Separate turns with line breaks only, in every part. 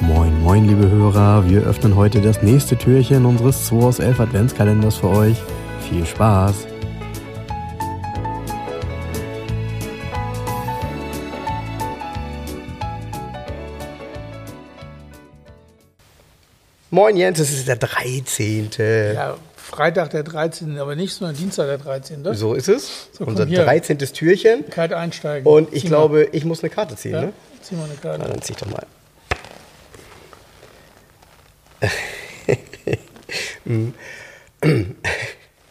Moin, moin, liebe Hörer. Wir öffnen heute das nächste Türchen unseres 2 aus 11 Adventskalenders für euch. Viel Spaß! Moin Jens, es ist der 13.
Ja, Freitag der 13., aber nicht, sondern Dienstag der 13.
So ist es.
So, komm
Unser
hier.
13. Türchen.
Kalt einsteigen.
Und ich
Zieh
glaube, ich muss eine Karte ziehen,
mal, ja,
ne?
zieh mal eine
Na,
Karte.
dann zieh ich doch mal. Hm.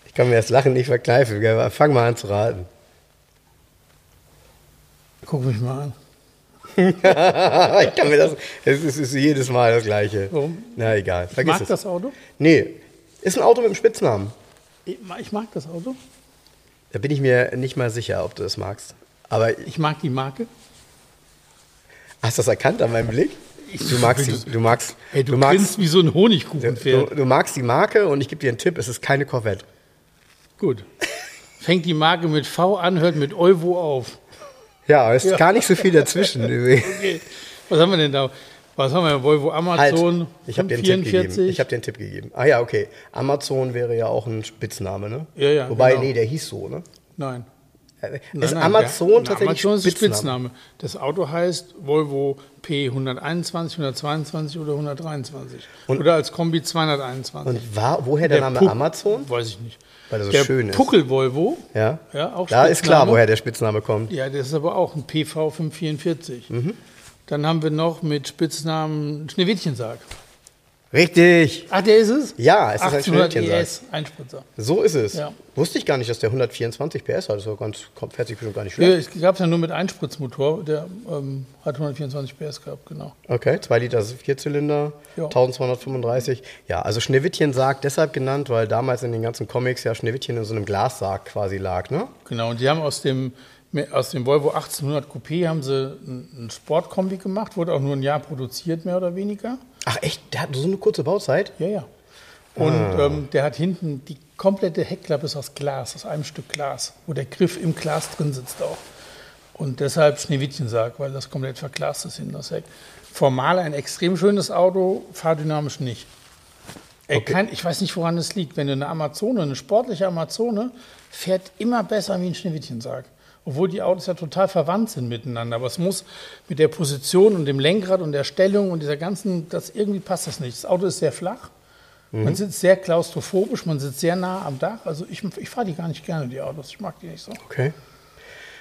ich kann mir das Lachen nicht verkneifen. Gell? Aber Fang mal an zu raten.
Guck mich mal an.
ich kann mir das. Es ist, ist jedes Mal das Gleiche.
Warum?
Na egal.
Ich
Vergiss
mag
es.
das Auto?
Nee, ist ein Auto mit einem Spitznamen.
Ich ma- ich mag das Auto.
Da bin ich mir nicht mal sicher, ob du das magst. Aber ich-
Ich mag die Marke.
hast du das erkannt an meinem Blick? Du magst, die, du magst,
Hey, du,
magst,
grinst wie so ein
du, du,
Honigkuchenpferd.
du magst die Marke und ich gebe dir einen Tipp: Es ist keine Corvette.
Gut. Fängt die Marke mit V an, hört mit Euro auf.
Ja, es ist
Ja.
gar nicht so viel dazwischen. übrigens.
Okay. Was haben wir denn da? Was haben wir denn? Volvo
Halt,
Amazon
ich habe den Tipp gegeben.
44.
Ich habe den Tipp gegeben. Ah ja, okay. Amazon wäre ja auch ein Spitzname, ne?
Ja, ja,
Wobei,
genau.
nee, der hieß so, ne?
Nein.
Äh,
Nein,
Ist
nein,
Amazon
der-
tatsächlich
Amazon ist ein
Spitzname?
Spitzname. Das Auto heißt Volvo P121, 122 oder 123.
Und-
oder als Kombi 221.
Und war, woher der, Name
Puck-
Amazon?
Weiß ich nicht.
Weil er so
der
schön ist.
Puckel Volvo.
Ja,
Ja, auch
da ist klar,
Spitzname.
woher der Spitzname kommt.
Ja, das ist aber auch ein PV 544.
Mhm.
Dann haben wir noch mit Spitznamen Schneewittchensack.
Richtig,
Ach, der ist es? E
Ja, es ist ein
1800
Schneewittchensack.
ES, Einspritzer.
so ist es.
Ja.
Wusste ich gar nicht, dass der 124 PS hat. Das war ganz, kommt, fährt sich bestimmt gar nicht
Ja,
schlecht.
es gab ja nur mit Einspritzmotor, der ähm, hat 124 PS gehabt, genau.
Okay, 2 Liter Vierzylinder,
Ja.
1235. Ja, also Schneewittchen-Sarg deshalb genannt, weil damals in den ganzen Comics ja Schneewittchen in so einem Glassarg quasi lag, ne?
Genau, und die haben aus dem, aus dem Volvo 1800 Coupé haben sie einen Sportkombi gemacht, wurde auch nur ein Jahr produziert, mehr oder weniger.
Ach echt, der hat so eine kurze Bauzeit?
Ja, ja. Und ähm, der hat hinten die komplette Heckklappe ist aus Glas, aus einem Stück Glas, wo der Griff im Glas drin sitzt auch. Und deshalb Schneewittchensack, weil das komplett verglast ist hinten das Heck. Formal ein extrem schönes Auto, fahrdynamisch nicht. Er kann, ich weiß nicht, woran es liegt. Wenn du eine Amazone, eine sportliche Amazone, fährt immer besser wie ein Schneewittchensack. Obwohl die Autos ja total verwandt sind miteinander. Aber es muss mit der Position und dem Lenkrad und der Stellung und dieser ganzen, das irgendwie passt das nicht. Das Auto ist sehr flach. Man sitzt sehr klaustrophobisch, man sitzt sehr nah am Dach. Also ich, ich fahre die gar nicht gerne, die Autos. Ich mag die nicht so.
Okay.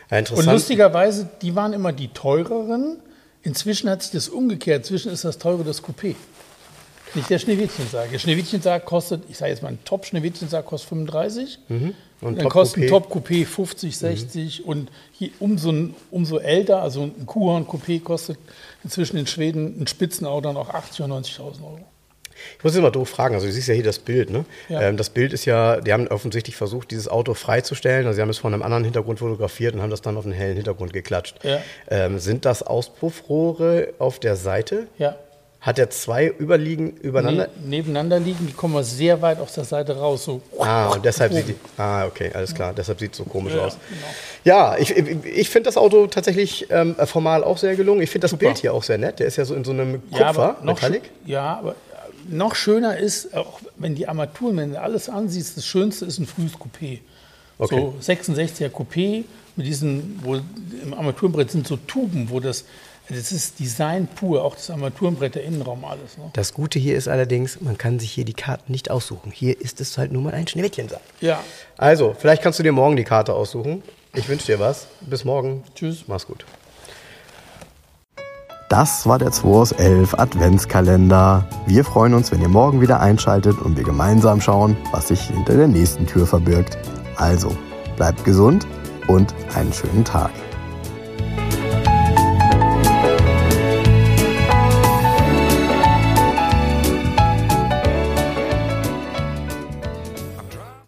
Ja,
Und
interessant.
lustigerweise, die waren immer die teureren. Inzwischen hat sich das umgekehrt. Inzwischen ist das teure das Coupé. Nicht der Schneewittchensack. Der Schneewittchensack kostet, ich sage jetzt mal, ein Top-Schneewittchensack kostet 35.
Mhm. Und Mhm.
Dann
Top
kostet ein
Coupé?
Top-Coupé 50, 60. Und hier umso, umso älter, also ein Kuhhorn-Coupé kostet inzwischen in Schweden ein Spitzenauto noch 80.000 oder 90.000 Euro.
Ich muss jetzt mal doof fragen, also du siehst ja hier das Bild, ne?
Ja.
Ähm, das Bild ist ja, die haben offensichtlich versucht, dieses Auto freizustellen. Also sie haben es von einem anderen Hintergrund fotografiert und haben das dann auf einen hellen Hintergrund geklatscht.
Ja.
Ähm, sind das Auspuffrohre auf der Seite?
Ja.
Hat er zwei überliegend übereinander?
Ne, nebeneinander liegen, die kommen sehr weit aus der Seite raus. So.
Ah, und deshalb sieht die,
Oben.
Ah, okay, alles klar. Deshalb sieht es so komisch
Ja,
aus.
genau.
Ja, ich, ich, ich finde das Auto tatsächlich ähm, formal auch sehr gelungen. Ich finde das Bild hier auch sehr nett. Der ist ja so in so einem Kupfer,
Ja, aber noch,
Metallic.
schö- ja, aber äh, noch schöner ist, äh, auch wenn die Armaturen, wenn du alles ansiehst, das Schönste ist ein frühes Coupé.
Okay.
So 66er Coupé mit diesen, wo im Armaturenbrett sind so Tuben, wo das, das ist Design pur, auch das Armaturenbrett, der Innenraum, alles. Ne?
Das Gute hier ist allerdings, man kann sich hier die Karten nicht aussuchen. Hier ist es halt nur mal ein Schneewittchensack.
Ja,
Also, vielleicht kannst du dir morgen die Karte aussuchen. Ich wünsche dir was. Bis morgen.
tschüss.
Mach's gut.
Das war der 2 aus 11 Adventskalender. Wir freuen uns, wenn ihr morgen wieder einschaltet und wir gemeinsam schauen, was sich hinter der nächsten Tür verbirgt. Also, bleibt gesund und einen schönen Tag.